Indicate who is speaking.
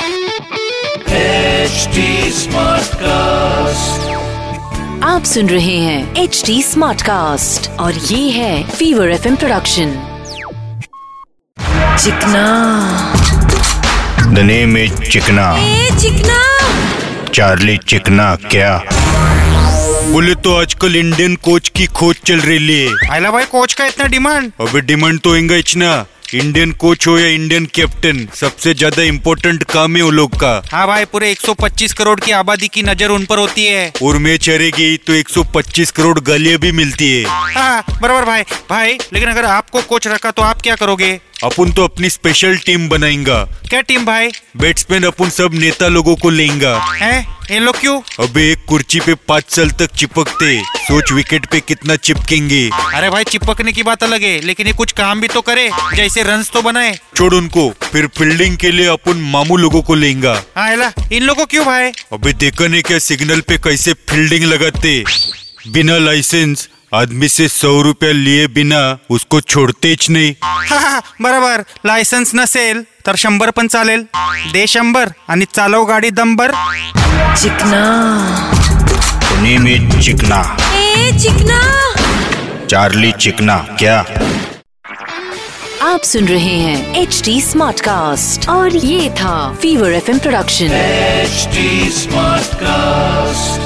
Speaker 1: HD
Speaker 2: हाँ
Speaker 1: Smartcast.
Speaker 3: आप सुन रहे हैं एच डी स्मार्ट कास्ट और ये है फीवर एफ प्रोडक्शन चिकना
Speaker 4: The name is चिकना
Speaker 3: ए चिकना
Speaker 4: चार्ली चिकना क्या बोले तो आजकल इंडियन कोच की खोज चल रही है
Speaker 2: आयला भाई कोच का इतना डिमांड
Speaker 4: अभी डिमांड तो होगा इचना इंडियन कोच हो या इंडियन कैप्टन सबसे ज्यादा इम्पोर्टेंट काम है वो लोग का
Speaker 2: हाँ भाई पूरे 125 करोड़ की आबादी की नजर उन पर होती है
Speaker 4: और मैच हरेगी तो 125 करोड़ गालियां भी मिलती है
Speaker 2: हाँ बराबर भाई भाई लेकिन अगर आपको कोच रखा तो आप क्या करोगे
Speaker 4: अपन तो अपनी स्पेशल टीम बनाएंगा
Speaker 2: क्या टीम भाई
Speaker 4: बैट्समैन अपन सब नेता लोगों को लेंगा
Speaker 2: हैं ये लोग क्यों
Speaker 4: अबे एक कुर्सी पे पाँच साल तक चिपकते सोच विकेट पे कितना चिपकेंगे
Speaker 2: अरे भाई चिपकने की बात अलग है लेकिन ये कुछ काम भी तो करे जैसे रन तो बनाए
Speaker 4: छोड़ उनको फिर फील्डिंग के लिए अपन मामू लोगों को लेंगा
Speaker 2: हाँ आयला इन लोगों क्यों भाई
Speaker 4: अभी देखा नहीं क्या सिग्नल पे कैसे फील्डिंग लगाते बिना लाइसेंस आदमी से सौ रुपया लिए बिना उसको छोड़ते ही नहीं
Speaker 2: हा, हा, बरोबर लायसन्स नसेल तर शंभर पण चालेल दे शंभर आणि चालव गाडी दंबर
Speaker 3: चिकना
Speaker 4: पुणे में चिकना
Speaker 3: ए चिकना
Speaker 4: चार्ली चिकना क्या
Speaker 3: आप सुन रहे हैं एच डी स्मार्ट कास्ट और ये था fever F production
Speaker 1: HD Smartcast.